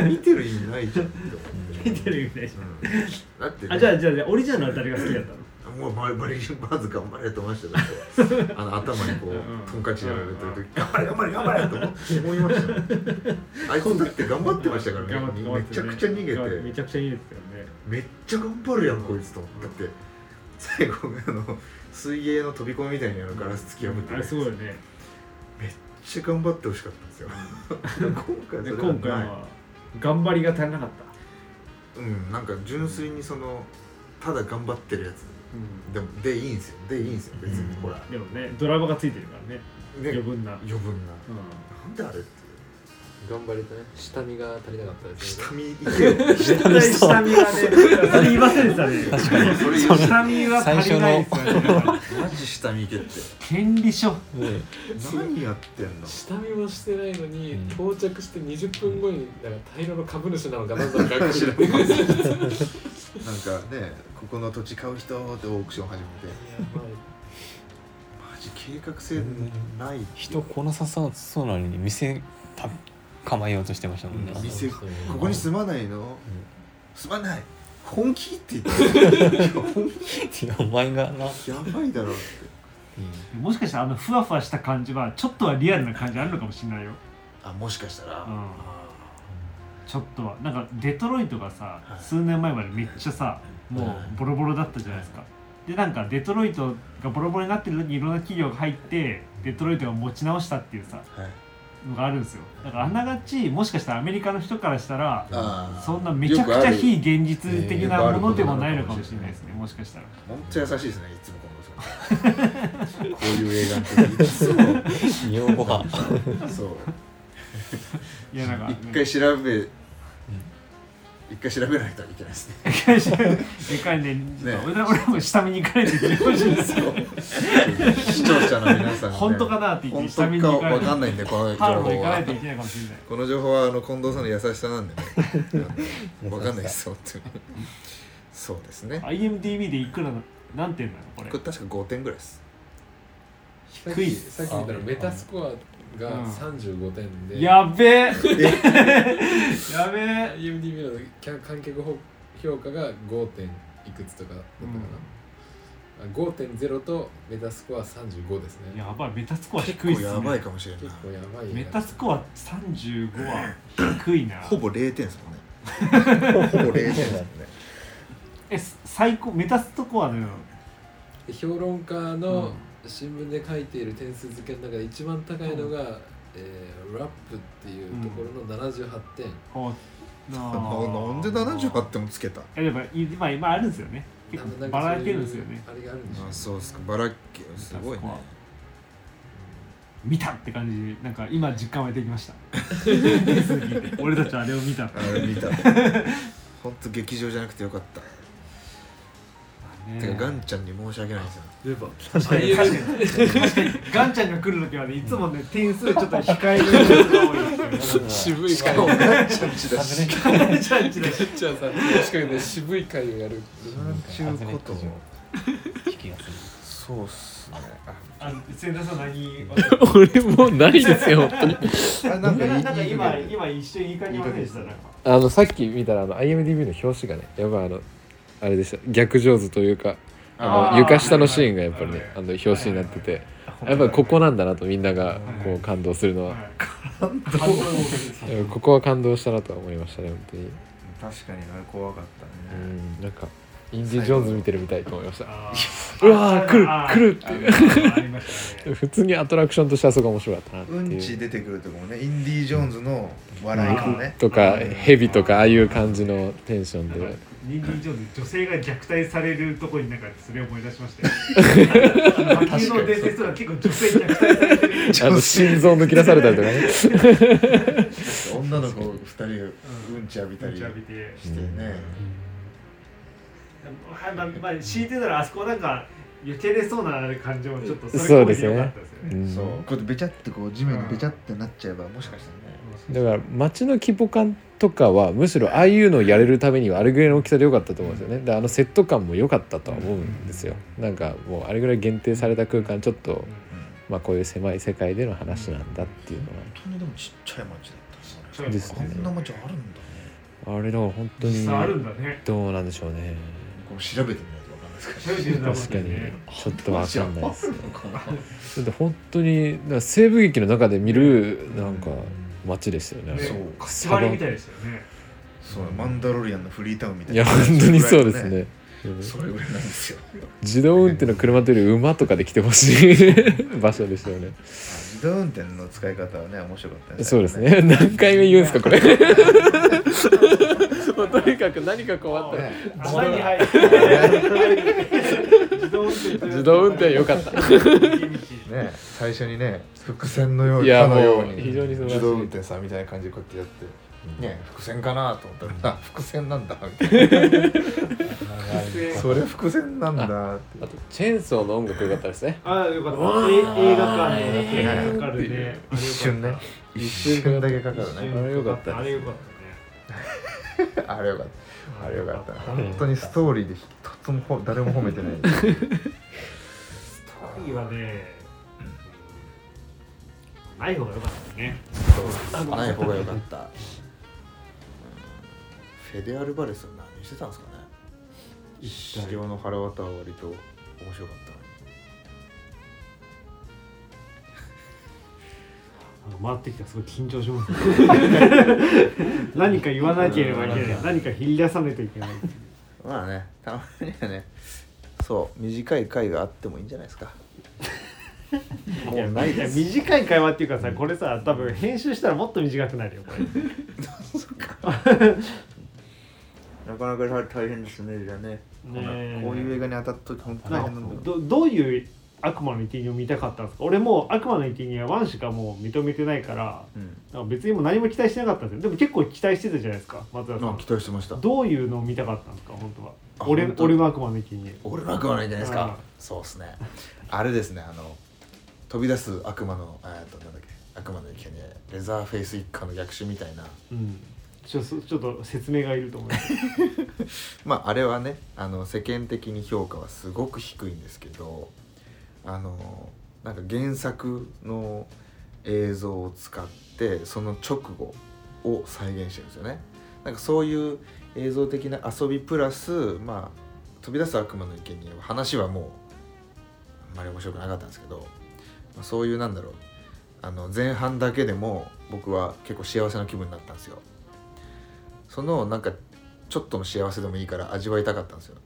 [SPEAKER 3] 見てる意味ないじゃんって思っ て
[SPEAKER 6] 見てるよね
[SPEAKER 3] うんだってね
[SPEAKER 6] あじゃあじゃあじゃあオリジナルは誰が好きだったの
[SPEAKER 3] もうバリバリまず頑張れと思いましたよだってあの頭にこ
[SPEAKER 6] うん
[SPEAKER 3] うトンカチやられてる時頑張れ頑張れ頑張れと思いましたよあいつだって頑張ってましたから
[SPEAKER 6] 頑張
[SPEAKER 3] ね
[SPEAKER 6] って
[SPEAKER 3] めちゃくちゃ逃
[SPEAKER 6] 頑張ってめ
[SPEAKER 3] げて
[SPEAKER 6] ちゃくちゃ逃げてたよね
[SPEAKER 3] めっちゃ頑張るやんこいつと思ってだって最後あの水泳の飛び込みみたいにあのガラス突き破って
[SPEAKER 6] あ
[SPEAKER 3] め
[SPEAKER 6] れ
[SPEAKER 3] っ
[SPEAKER 6] すごいよね
[SPEAKER 3] ちゃ頑張ってほしかったんですよ今 回
[SPEAKER 6] で
[SPEAKER 3] それ
[SPEAKER 6] 今回
[SPEAKER 3] はない
[SPEAKER 6] は頑張りが足りなかった、
[SPEAKER 3] うんなんか純粋にそのただ頑張ってるやつ
[SPEAKER 6] う
[SPEAKER 3] でもでいいんすよでいいんすよ別に、
[SPEAKER 4] うん
[SPEAKER 3] ほらね
[SPEAKER 6] ん、でもねドラマがついてるからね余分な、うん、
[SPEAKER 3] 余分ななんであれっていう
[SPEAKER 5] 頑張れたね下見が足りなかったですね
[SPEAKER 3] 下見行けよ
[SPEAKER 2] 絶対下見がね、それ言い忘れてたね。確か
[SPEAKER 7] それ言う
[SPEAKER 2] 下見は足りないですよね。
[SPEAKER 7] マジ下見行けって
[SPEAKER 2] 権利書。
[SPEAKER 3] 何やってんの
[SPEAKER 5] 下見もしてないのに、
[SPEAKER 4] うん
[SPEAKER 5] 到着して20分後になんか大量の株主なのかなんだのか
[SPEAKER 7] 知らん
[SPEAKER 5] いやま
[SPEAKER 3] なんかねここの土地買う人ってオークション始めてマジ計画性ないって
[SPEAKER 4] 人来なさそうなのに店た構えようとしてましたもんね
[SPEAKER 5] あ
[SPEAKER 3] 店
[SPEAKER 5] そ
[SPEAKER 3] こ
[SPEAKER 5] う
[SPEAKER 3] こに住まないの、住まない本気って言ってるいや本
[SPEAKER 4] い やお前がな、
[SPEAKER 3] 気やばいだろうって
[SPEAKER 2] もしかしたらあのふわふわした感じはちょっとはリアルな感じあるのかもしれないよ。
[SPEAKER 3] あもしかしたら、
[SPEAKER 2] うんちょっとはなんかデトロイトがさ、
[SPEAKER 3] はい
[SPEAKER 2] 数年前までめっちゃさもうボロボロだったじゃないですか、でなんかデトロイトがボロボロになってる時にいろんな企業が入ってデトロイトが持ち直したっていうさ
[SPEAKER 3] はい
[SPEAKER 2] のがあるんですよだからあながちもしかしたらアメリカの人からしたら
[SPEAKER 3] あー
[SPEAKER 2] そんなめちゃくちゃ非現実的
[SPEAKER 3] よくあ
[SPEAKER 2] な
[SPEAKER 3] る
[SPEAKER 2] ものでもないのかもしれないですねもしかしたら
[SPEAKER 3] ほんと優しいですねいつもこの 人こういう映画の時いつも
[SPEAKER 4] 女房派。
[SPEAKER 3] そう
[SPEAKER 2] いやなんか、ね、
[SPEAKER 3] 一回調べ、一回調べないといけないです ね
[SPEAKER 2] 一回しでかいねちょっと俺ら俺らも下見に行かれてる
[SPEAKER 3] そう視聴者の皆さん、ね、
[SPEAKER 2] 本当かなって言っ
[SPEAKER 3] 本
[SPEAKER 2] て下見に
[SPEAKER 3] 当
[SPEAKER 2] 行
[SPEAKER 3] か
[SPEAKER 2] かれ
[SPEAKER 3] わ
[SPEAKER 2] て
[SPEAKER 3] かんないんでこの情報
[SPEAKER 2] ハロー行かない
[SPEAKER 3] は
[SPEAKER 2] といけないかもしれない
[SPEAKER 3] この情報はあの近藤さんの優しさなんで ねわかんないです本当にそうですね
[SPEAKER 2] IMDB でいくらな何点なのこれ
[SPEAKER 3] これ確か5点ぐらいです
[SPEAKER 5] あ
[SPEAKER 2] 低い
[SPEAKER 5] さっき見たらメタスコア
[SPEAKER 2] うん
[SPEAKER 5] が35点で、
[SPEAKER 2] やべ えやべえ
[SPEAKER 5] IMDB のキャ観客評価が5点いくつとかだったかな、あ5.0とメタスコア35ですね
[SPEAKER 2] やばいメタスコア低いっ
[SPEAKER 3] 結
[SPEAKER 2] す
[SPEAKER 3] 構
[SPEAKER 2] ね
[SPEAKER 3] やばいかもしれない
[SPEAKER 5] 結構やばいや
[SPEAKER 2] メタスコア35は低いな
[SPEAKER 3] ほぼ0点ですもんねほぼ0点ですもんね
[SPEAKER 2] え最高メタスコアの
[SPEAKER 5] で評論家の新聞で書いている点数付けの中で一番高いのが、えーラップっていうところの78点、
[SPEAKER 2] こう
[SPEAKER 3] な
[SPEAKER 2] な
[SPEAKER 3] なんで78点もつけた
[SPEAKER 2] いやでも今今あるんですよね結
[SPEAKER 5] なん
[SPEAKER 2] 構ば
[SPEAKER 5] かそういう
[SPEAKER 2] らけるんですよね
[SPEAKER 5] あれがあるんでしょうね
[SPEAKER 3] あそうですかバラッケすごいね
[SPEAKER 2] 見たって感じでなんか今実感湧いてきま した ディズニーで俺たちはあれを見たって
[SPEAKER 3] あれ見た ほんと劇場じゃなくてよかった
[SPEAKER 2] ね
[SPEAKER 3] てかガンちゃんに申し訳ないですよ
[SPEAKER 5] やっぱ
[SPEAKER 2] 確かに確かにガンちゃんが来る時はねいつもね点数ちょっと控えめなやつが多いんですよ
[SPEAKER 5] 渋い
[SPEAKER 3] しか
[SPEAKER 5] 回
[SPEAKER 3] も
[SPEAKER 5] を
[SPEAKER 3] ガンちゃんちだし
[SPEAKER 2] ガンちゃんちだし
[SPEAKER 5] ちっちゃんさんしかもね渋い回をやる
[SPEAKER 3] ちゅうこと
[SPEAKER 4] 引きがする。
[SPEAKER 3] そうっすね
[SPEAKER 2] あの千田さん何
[SPEAKER 8] 俺もうないですよ本当に
[SPEAKER 3] あれ
[SPEAKER 2] な
[SPEAKER 3] なん
[SPEAKER 2] ん
[SPEAKER 3] か言い
[SPEAKER 2] か
[SPEAKER 3] 言い
[SPEAKER 2] 今
[SPEAKER 3] かけてる
[SPEAKER 2] 今一瞬言いかけませんでしたなんか
[SPEAKER 8] あのさっき見たらあの IMDB の表紙がねやばいあのあれでした逆上手というかあ
[SPEAKER 2] あー
[SPEAKER 8] の床下のシーンがやっぱりね
[SPEAKER 2] は
[SPEAKER 8] あの表紙になっててやっぱりここなんだなとみんながこう感動するのは
[SPEAKER 2] 感動です
[SPEAKER 8] うんここは感動したなとは思いましたね本当に
[SPEAKER 7] 確かにあれ怖かった
[SPEAKER 8] う
[SPEAKER 7] ね
[SPEAKER 8] んなんかインディ・ジョーンズ見てるみたいと思いました
[SPEAKER 2] あ
[SPEAKER 8] うわー来る来るって
[SPEAKER 2] あありましたね
[SPEAKER 8] 普通にアトラクションとしてあそこ面白かったなって
[SPEAKER 7] うんち
[SPEAKER 8] いう
[SPEAKER 7] 出てくるとこもねインディ・ージョーンズの笑いがね
[SPEAKER 8] とか蛇とかああいう感じのテンション
[SPEAKER 2] なん
[SPEAKER 8] で
[SPEAKER 2] か人間 上手女性が虐待されるとこになんかそれを思い出しましたよあの秋の伝説は結構女性虐待されてる
[SPEAKER 8] あの心臓抜き出されたりとかね
[SPEAKER 7] 女の子2人がうんち浴びた
[SPEAKER 2] 感
[SPEAKER 7] り
[SPEAKER 2] じ
[SPEAKER 7] し
[SPEAKER 2] 浴
[SPEAKER 7] て
[SPEAKER 2] びて
[SPEAKER 7] ね
[SPEAKER 2] はいまあ、まあ、敷いてたらあそこなんか避けれそうな感じもちょっと
[SPEAKER 8] そうですね
[SPEAKER 2] よかったですよね。
[SPEAKER 8] ん
[SPEAKER 7] そうこうやってべちゃってこう地面にべちゃってなっちゃえばもしかしたらね
[SPEAKER 8] だから街の規模感とかはむしろああいうのをやれるためにはあれぐらいの大きさで良かったと思うんですよねであのセット感も良かったとは思うんですよなんかもうあれぐらい限定された空間ちょっと、まあ、こういう狭い世界での話なんだっていうの
[SPEAKER 7] 本当にでもちっちゃい町だった
[SPEAKER 2] そう
[SPEAKER 8] で
[SPEAKER 2] です
[SPEAKER 8] す
[SPEAKER 2] ね
[SPEAKER 7] こ
[SPEAKER 8] ね
[SPEAKER 7] んな町あるんだね
[SPEAKER 8] があれだから本当
[SPEAKER 2] 実際ある
[SPEAKER 8] に
[SPEAKER 2] んだね。
[SPEAKER 8] どうなんでしょうね
[SPEAKER 7] こう調べてみないとわかんないですから
[SPEAKER 2] 調べてるんだもんね
[SPEAKER 8] 確かにちょっとわかんないですね
[SPEAKER 7] この
[SPEAKER 8] だって本当にだから西部劇の中で見るなんか街でしたよねあれ
[SPEAKER 7] そう
[SPEAKER 2] ね縛りみたいでしたよね。
[SPEAKER 7] そうマンダロリアンのフリータウンみたい
[SPEAKER 8] い
[SPEAKER 7] な
[SPEAKER 8] や本当にそうですねうん
[SPEAKER 7] それぐらいなんですよ
[SPEAKER 8] 自動運転の車というより馬とかで来てほしい 場所ですよね。
[SPEAKER 7] 自動運転の使い方はね面白かったね
[SPEAKER 8] そうですね。 何回目言うんですか これ。もうとにかく何か困ったら
[SPEAKER 7] ね
[SPEAKER 2] 甘いに入って自動動運転という
[SPEAKER 8] 自動運転良かった
[SPEAKER 3] ね最初にね伏線のよう
[SPEAKER 8] い
[SPEAKER 3] に
[SPEAKER 8] や
[SPEAKER 3] かのよう
[SPEAKER 8] もう
[SPEAKER 3] に
[SPEAKER 8] 非常に素晴らしい
[SPEAKER 3] 自動運転さみたいな感じでこうやってやってね伏線かなと思ったらあ伏線なんだみたいなそれ伏線なんだって
[SPEAKER 8] あとチェーンソーの音楽良かったですね
[SPEAKER 2] ああよかったえ映画館の映画館かかるね
[SPEAKER 3] 一瞬ね一
[SPEAKER 8] 瞬
[SPEAKER 3] 瞬だけかかるね
[SPEAKER 8] あれよかった
[SPEAKER 2] あれよかったね
[SPEAKER 3] あれよかったあれよかった本当にストーリーで一つもほ誰も褒めてない
[SPEAKER 2] いいわねない方が良かったね
[SPEAKER 3] ない方がよかった
[SPEAKER 7] た
[SPEAKER 3] フェデアルバレスは何してたんですかね一体の腹渡は割と面白かったのに
[SPEAKER 2] あの回ってきたらすごい緊張します、ね、 何か言わなければいけない何か引り出さないといけないっていう
[SPEAKER 3] まあね、たまにはね、そう、短い回があってもいいんじゃないですか。もう ない
[SPEAKER 2] いや
[SPEAKER 3] です。
[SPEAKER 2] 短い会話っていうかさこれさ多分編集したらもっと短くなるよこれ
[SPEAKER 7] なかなか大大変ですねじゃあね
[SPEAKER 2] ねえ
[SPEAKER 3] こういう映画に当たっといて本当に
[SPEAKER 2] な
[SPEAKER 3] 大
[SPEAKER 2] ん
[SPEAKER 3] 変
[SPEAKER 2] か
[SPEAKER 3] なんだろう
[SPEAKER 2] どどういう悪魔の一員を見たかったんですか俺もう悪魔の一員はワンしかもう認めてないから
[SPEAKER 7] うん
[SPEAKER 2] なんか別にもう何も期待してなかったんですよでも結構期待してたじゃないですか松田さ
[SPEAKER 3] なん
[SPEAKER 2] ん
[SPEAKER 3] か期待してました。
[SPEAKER 2] どういうのを見たかったんですか本当は
[SPEAKER 3] あ
[SPEAKER 2] 俺
[SPEAKER 3] 本当
[SPEAKER 2] 俺の悪魔の一員
[SPEAKER 3] 俺の悪魔ないじゃないです
[SPEAKER 2] うん
[SPEAKER 3] か。そうっすね。あれですね、あの、飛び出す悪魔の、えーっと、なんだっけ、悪魔の池に、レザーフェイス一家の逆襲みたいな。
[SPEAKER 2] うんちょそちょっと説明がいると思います
[SPEAKER 3] まああれはねあの世間的に評価はすごく低いんですけどあのなんか原作の映像を使ってその直後を再現してるんですよね。なんかそういう映像的な遊びプラス、まあ、飛び出す悪魔の池には話はもうあんまり面白くなかったんですけど、まあ、そういうなんだろうあの前半だけでも僕は結構幸せな気分になったんですよ。そのなんかちょっとの幸せでもいいから味わいたかったんですよ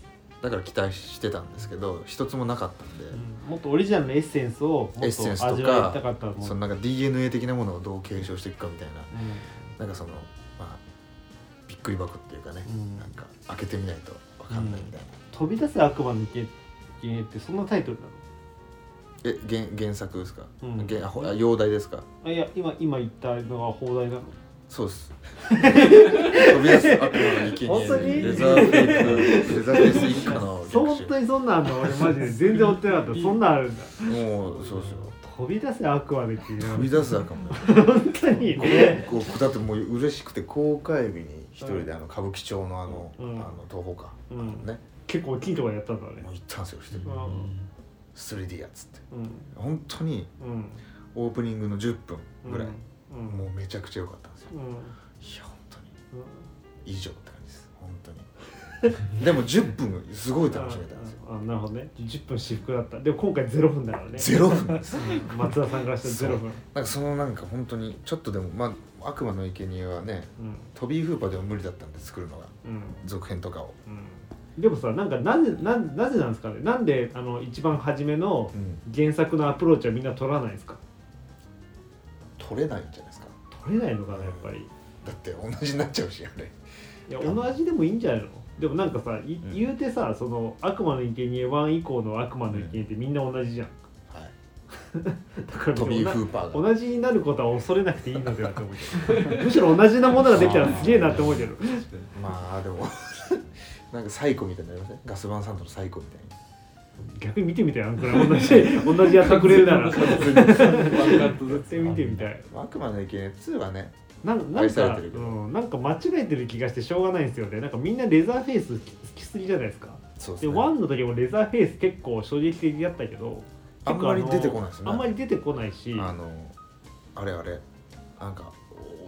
[SPEAKER 3] だから期待してたんですけど一つもなかったんで、
[SPEAKER 2] うんもっとオリジナルのエッセンスをも
[SPEAKER 3] エッ
[SPEAKER 2] っ
[SPEAKER 3] センス
[SPEAKER 2] と
[SPEAKER 3] と
[SPEAKER 2] 味わいたかった
[SPEAKER 3] か
[SPEAKER 2] もん
[SPEAKER 3] そのなんか DNA 的なものをどう継承していくかみたいな
[SPEAKER 2] う
[SPEAKER 3] なんかそのまあびっくり箱っていうかね、
[SPEAKER 2] うん
[SPEAKER 3] なんか開けてみないとわかんないみたい
[SPEAKER 2] ん飛び出す悪魔の一員ってそんなタイトルなの
[SPEAKER 3] な、え原原作ですか、
[SPEAKER 2] うん
[SPEAKER 3] 原あほあ容題ですか
[SPEAKER 2] あいや今今言ったのが放題なの
[SPEAKER 3] そうです飛び出す悪魔の池
[SPEAKER 2] 本当
[SPEAKER 3] に
[SPEAKER 2] に
[SPEAKER 3] レザーフェイクレザーフェイス一家の
[SPEAKER 2] 本当にそんなんあんの俺マジで全然追ってな かったそんなんあるんだ
[SPEAKER 3] もうそうですよ
[SPEAKER 2] 飛び出せ悪魔でっていう
[SPEAKER 3] 飛び出す悪魔の池
[SPEAKER 2] 本当にね
[SPEAKER 3] こうだってもう嬉しくて公開日に一人であの歌舞伎町のあの,、
[SPEAKER 2] うん
[SPEAKER 3] あの東宝か、
[SPEAKER 2] う
[SPEAKER 3] あの
[SPEAKER 2] ん
[SPEAKER 3] ね
[SPEAKER 2] 結構大きいとこやったんだね
[SPEAKER 3] もう行ったんですよ一人
[SPEAKER 2] う
[SPEAKER 3] で
[SPEAKER 2] ん
[SPEAKER 3] 3D やっつって
[SPEAKER 2] うん
[SPEAKER 3] 本当に
[SPEAKER 2] うん
[SPEAKER 3] オープニングの10分ぐらい、
[SPEAKER 2] うん
[SPEAKER 3] もうめちゃくちゃ良かったんですよ
[SPEAKER 2] うんうん
[SPEAKER 3] いや本当に以上って感じです本当にでも10分すごい楽しめたんですよ
[SPEAKER 2] ああなるほどね10分私服だったでも今回0分だからね
[SPEAKER 3] 0分で
[SPEAKER 2] う
[SPEAKER 3] す
[SPEAKER 2] ん松田さんからしたら0分
[SPEAKER 3] なんかそのなんか本当にちょっとでもまあ悪魔の生贄はね
[SPEAKER 2] うん
[SPEAKER 3] トビー・フーパーでも無理だったんで作るのが
[SPEAKER 2] うん
[SPEAKER 3] 続編とかを、
[SPEAKER 2] うんでもさなんかなぜなんなぜなんですかねなんであの一番初めの
[SPEAKER 3] うん、
[SPEAKER 2] 原作のアプローチはみんな取らないですか
[SPEAKER 3] 取れないんじゃないですか
[SPEAKER 2] 取れないのかなやっぱり
[SPEAKER 3] だって同じになっちゃうしあれ
[SPEAKER 2] いや同じでもいいんじゃないのでもなんかさ、い言うてさその悪魔の生贄1以降の悪魔の生贄ってみんな同じじゃん、
[SPEAKER 3] はい
[SPEAKER 2] だから
[SPEAKER 3] トビー・フーパーが
[SPEAKER 2] 同じになることは恐れなくていいのではと思うけどむしろ同じなも のができたらすげえなって思うけど
[SPEAKER 3] まあでも なんかサイコみたいになりませんガスバンサンドのサイコみ
[SPEAKER 2] 逆に見てみたいあんくらい同じ 同じやってくれるなら
[SPEAKER 5] ず
[SPEAKER 2] 絶対見てみたい
[SPEAKER 3] たいな悪魔の生贄2はね
[SPEAKER 2] なんなん
[SPEAKER 3] 愛され
[SPEAKER 2] か、
[SPEAKER 3] てるけど
[SPEAKER 2] うん、なんか間違えてる気がしてしょうがないんですよねなんかみんなレザーフェイス好きすぎじゃないですか
[SPEAKER 3] そうです
[SPEAKER 2] で
[SPEAKER 3] ね
[SPEAKER 2] ワンの時もレザーフェイス結構衝撃的だったけど
[SPEAKER 3] あんまり
[SPEAKER 2] 結構
[SPEAKER 3] 出てこないですよね
[SPEAKER 2] あんまり出てこないし
[SPEAKER 3] あのあれあれなんか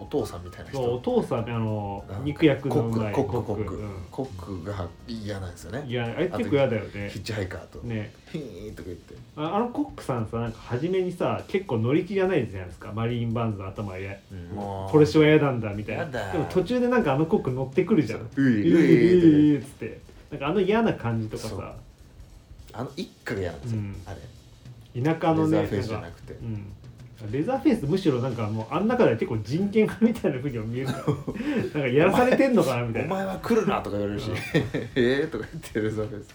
[SPEAKER 3] お父さんみたいな
[SPEAKER 2] そうお父
[SPEAKER 3] 人
[SPEAKER 2] さんねあの
[SPEAKER 3] なんか
[SPEAKER 2] 肉焼く
[SPEAKER 3] コ
[SPEAKER 2] のう
[SPEAKER 3] ッ
[SPEAKER 2] ま
[SPEAKER 3] ク
[SPEAKER 2] い
[SPEAKER 3] コックコッ
[SPEAKER 2] コ
[SPEAKER 3] ク
[SPEAKER 2] ッ
[SPEAKER 3] コックが嫌なんですよ
[SPEAKER 2] うんい
[SPEAKER 3] ね
[SPEAKER 2] やあれ結構嫌だよね
[SPEAKER 3] ヒッチハイカーと
[SPEAKER 2] ね
[SPEAKER 3] ヒーンとか言って
[SPEAKER 2] ああのコックさんさなんか初めにさ結構乗り気じゃないじゃないですかマリーン・バーンズの頭や
[SPEAKER 3] もう
[SPEAKER 2] これしは嫌なんだみたいな
[SPEAKER 3] やだ
[SPEAKER 2] でも途中でなんかあのコック乗ってくるじゃん
[SPEAKER 3] う
[SPEAKER 2] う
[SPEAKER 3] いう
[SPEAKER 2] いう
[SPEAKER 3] いう
[SPEAKER 2] いう
[SPEAKER 3] いう
[SPEAKER 2] いうっつってなんかあの嫌な感じとか
[SPEAKER 3] そう
[SPEAKER 2] さ
[SPEAKER 3] あの一家が嫌なんですよ
[SPEAKER 2] うん
[SPEAKER 3] あれ
[SPEAKER 2] 田舎のね
[SPEAKER 3] レザーフェイスじゃ
[SPEAKER 2] な
[SPEAKER 3] なん
[SPEAKER 2] か
[SPEAKER 3] くて
[SPEAKER 2] うんレザーフェイスむしろなんかもうあん中では結構人権派みたいなふうにも見えるからなんかやらされてんのかなみた
[SPEAKER 3] お
[SPEAKER 2] いな
[SPEAKER 3] 前は来るなとか言われるしええとか言ってレザーフェイス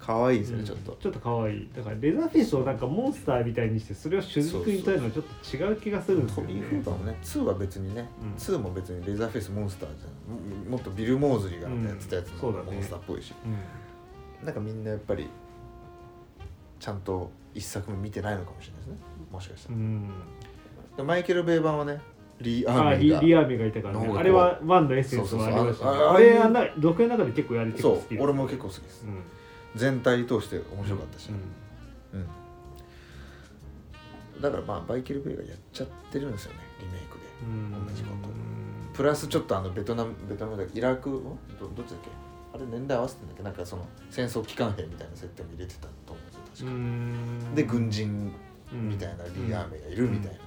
[SPEAKER 3] 可愛いですねちょっと
[SPEAKER 2] ちょっと可愛いだからレザーフェイスをなんかモンスターみたいにしてそれを主軸にとるのはちょっと違う気がするんです
[SPEAKER 3] ト
[SPEAKER 2] よね
[SPEAKER 3] ミー・フーバーもね2は別にね、
[SPEAKER 2] うん
[SPEAKER 3] 2も別にレーザーフェイスモンスターじゃんももっとビル・モーズリーがやってたやつの
[SPEAKER 2] うんそうだね
[SPEAKER 3] モンスターっぽいし、
[SPEAKER 2] うん
[SPEAKER 3] なんかみんなやっぱりちゃんと一作目見てないのかもしれないですねもしかした
[SPEAKER 2] う
[SPEAKER 3] ら、
[SPEAKER 2] ん
[SPEAKER 3] でマイケル・ベイ版はねリー・ア
[SPEAKER 2] ああ
[SPEAKER 3] ーミー
[SPEAKER 2] リ
[SPEAKER 3] が
[SPEAKER 2] リアーミがいたから
[SPEAKER 3] なん
[SPEAKER 2] ね
[SPEAKER 3] か
[SPEAKER 2] あれはワンのエッセンスはありましたね
[SPEAKER 3] そうそうそうああ
[SPEAKER 2] あれあんな録画の中で結構やれて
[SPEAKER 3] そ
[SPEAKER 2] 好
[SPEAKER 3] う
[SPEAKER 2] きです
[SPEAKER 3] 俺も結構好きです、
[SPEAKER 2] うん
[SPEAKER 3] 全体通して面白かったし、
[SPEAKER 2] うん
[SPEAKER 3] うんだからまあバイケル・ベイがやっちゃってるんですよねリメイクで
[SPEAKER 2] うん
[SPEAKER 3] 同じことプラスちょっとあのベトナムベトナムだっけイラクんどどっちだっけあれ年代合わせてんだっけなんかその戦争機関兵みたいな設定も入れてたと思うんですよ確か、
[SPEAKER 2] うん
[SPEAKER 3] で軍人
[SPEAKER 2] うん
[SPEAKER 3] みたいなリーダー名がいるみたい
[SPEAKER 2] う
[SPEAKER 3] な、
[SPEAKER 2] ん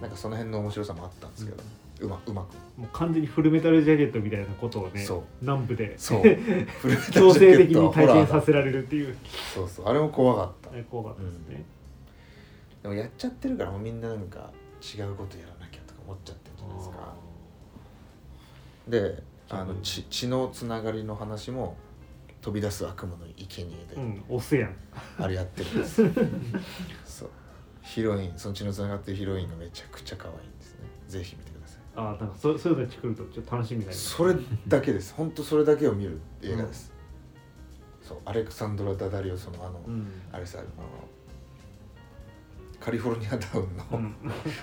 [SPEAKER 3] なんかその辺の面白さもあったんですけど、うまうまく
[SPEAKER 2] もう完全にフルメタルジャケットみたいなことをね
[SPEAKER 3] そう
[SPEAKER 2] 南部で
[SPEAKER 3] そうフルメタル
[SPEAKER 2] 強
[SPEAKER 3] ジャ
[SPEAKER 2] 制
[SPEAKER 3] ケ
[SPEAKER 2] 的
[SPEAKER 3] ット
[SPEAKER 2] に
[SPEAKER 3] はホ
[SPEAKER 2] 体
[SPEAKER 3] ラ
[SPEAKER 2] 験
[SPEAKER 3] ーだ
[SPEAKER 2] させられるっていう
[SPEAKER 3] そうそうあれも怖かった
[SPEAKER 2] あれ怖かったですね
[SPEAKER 3] でもやっちゃってるからもうみんななんか違うことやらなきゃとか思っちゃってるじゃないですかであの血血のつながりの話も飛び出す悪夢の生贄で、
[SPEAKER 2] うんオスやん
[SPEAKER 3] あれやっ てるんですよそうヒロインその血のつながってるヒロインがめちゃくちゃ可愛いんですねぜひ見てください
[SPEAKER 2] あなんかそそういうの作るとちょっと楽しみになります
[SPEAKER 3] それだけです本当それだけを見る映画です、そうアレクサンドラ・ダダリオそのあの、
[SPEAKER 2] うん
[SPEAKER 3] あれさあのカリフォルニアダウンの、
[SPEAKER 2] う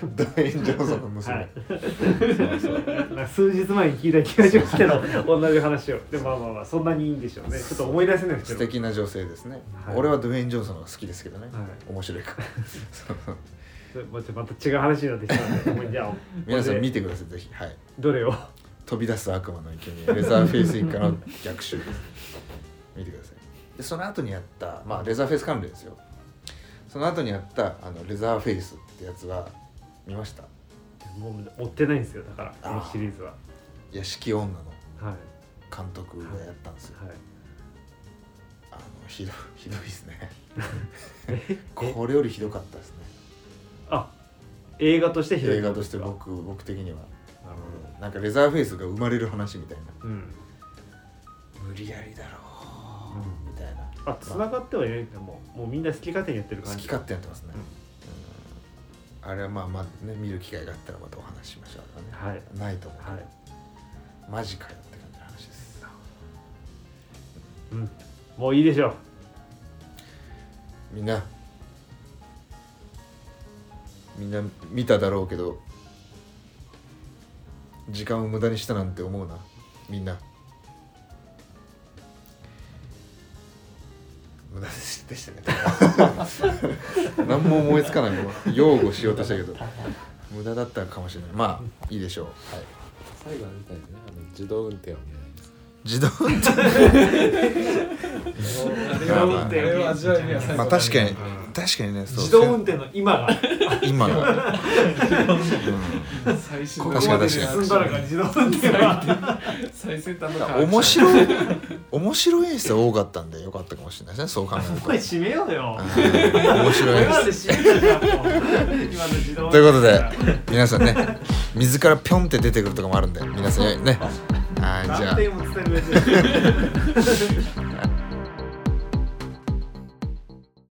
[SPEAKER 2] ん
[SPEAKER 3] ダウェイン・ジョンソンの娘、
[SPEAKER 2] はいなんか数日前に聞いた気がしますけど同じ話をでもまあまあまあそんなにいいんでしょうねちょっと思い出せないです
[SPEAKER 3] 素
[SPEAKER 2] けど
[SPEAKER 3] 敵な女性ですね、
[SPEAKER 2] はい
[SPEAKER 3] 俺はドウェイン・ジョンソンの方が好きですけどね、
[SPEAKER 2] はい
[SPEAKER 3] 面 白いからそう
[SPEAKER 2] またまた違う話になってきたのでもうじゃあ
[SPEAKER 3] 皆さん見
[SPEAKER 2] て
[SPEAKER 3] てくださいぜひはい
[SPEAKER 2] どれを
[SPEAKER 3] 飛び出す悪魔の生贄レザーフェイス一家の逆襲です見てくださいでその後にやったまあレザーフェイス関連ですよその後にやったあのレザーフェイスってやつは見ました
[SPEAKER 2] もう追ってないんですよだからこのシリーズは
[SPEAKER 3] 屋敷女の
[SPEAKER 2] はい
[SPEAKER 3] 監督がやったんですよ、
[SPEAKER 2] はい
[SPEAKER 3] あのひどひどいです ねこれよりひどかったですね
[SPEAKER 2] あ映画としてひどい
[SPEAKER 3] 映画として
[SPEAKER 2] なるほ
[SPEAKER 3] 僕僕的には
[SPEAKER 2] ど
[SPEAKER 3] なんかレザーフェイスが生まれる話みたいな
[SPEAKER 2] うん
[SPEAKER 3] 無理やりだろうみたいな
[SPEAKER 2] あ繋がってはいないんだもうもうみんな好き勝手にやってる
[SPEAKER 3] 好
[SPEAKER 2] 感
[SPEAKER 3] き
[SPEAKER 2] じ
[SPEAKER 3] 勝手やってますね、うんあれはまあまあね見る機会があったらまたお話ししましょうかね、
[SPEAKER 2] はい
[SPEAKER 3] ないと思うけど、
[SPEAKER 2] はい
[SPEAKER 3] マジかよって感じの話です
[SPEAKER 2] うんもういいでしょう
[SPEAKER 3] みんなみんな見ただろうけど時間を無駄にしたなんて思うなみんな無駄でしたね 何も思いつかないもう擁護しようとしたけど無駄だったかもしれないまあいいでしょう、はい、
[SPEAKER 5] 最後はみたいなねあの自動運転を見ないです
[SPEAKER 3] 自動運転
[SPEAKER 5] あ
[SPEAKER 3] 動運転
[SPEAKER 5] れは味わいには最
[SPEAKER 3] まあ
[SPEAKER 5] 後
[SPEAKER 3] 確かに確かにねそう
[SPEAKER 2] 自動運転の今が
[SPEAKER 3] 今 が、
[SPEAKER 5] 最新
[SPEAKER 3] う
[SPEAKER 5] の
[SPEAKER 3] ん、確かに確か
[SPEAKER 2] 進んだらが自動運転は
[SPEAKER 5] 最先端の
[SPEAKER 3] に面白い面白い演出が多かったんでよかったかもしれないですねそう考えると
[SPEAKER 2] これ締めようよ
[SPEAKER 3] うん面白い
[SPEAKER 2] 今
[SPEAKER 3] 演
[SPEAKER 2] ので
[SPEAKER 3] 出
[SPEAKER 2] 締めたじゃんもう今の自動運
[SPEAKER 3] と
[SPEAKER 2] 転
[SPEAKER 3] いうことで皆さんね水からピョンって出てくるとかもあるんで皆さんねはいじゃあ
[SPEAKER 2] 何点も伝えるべきです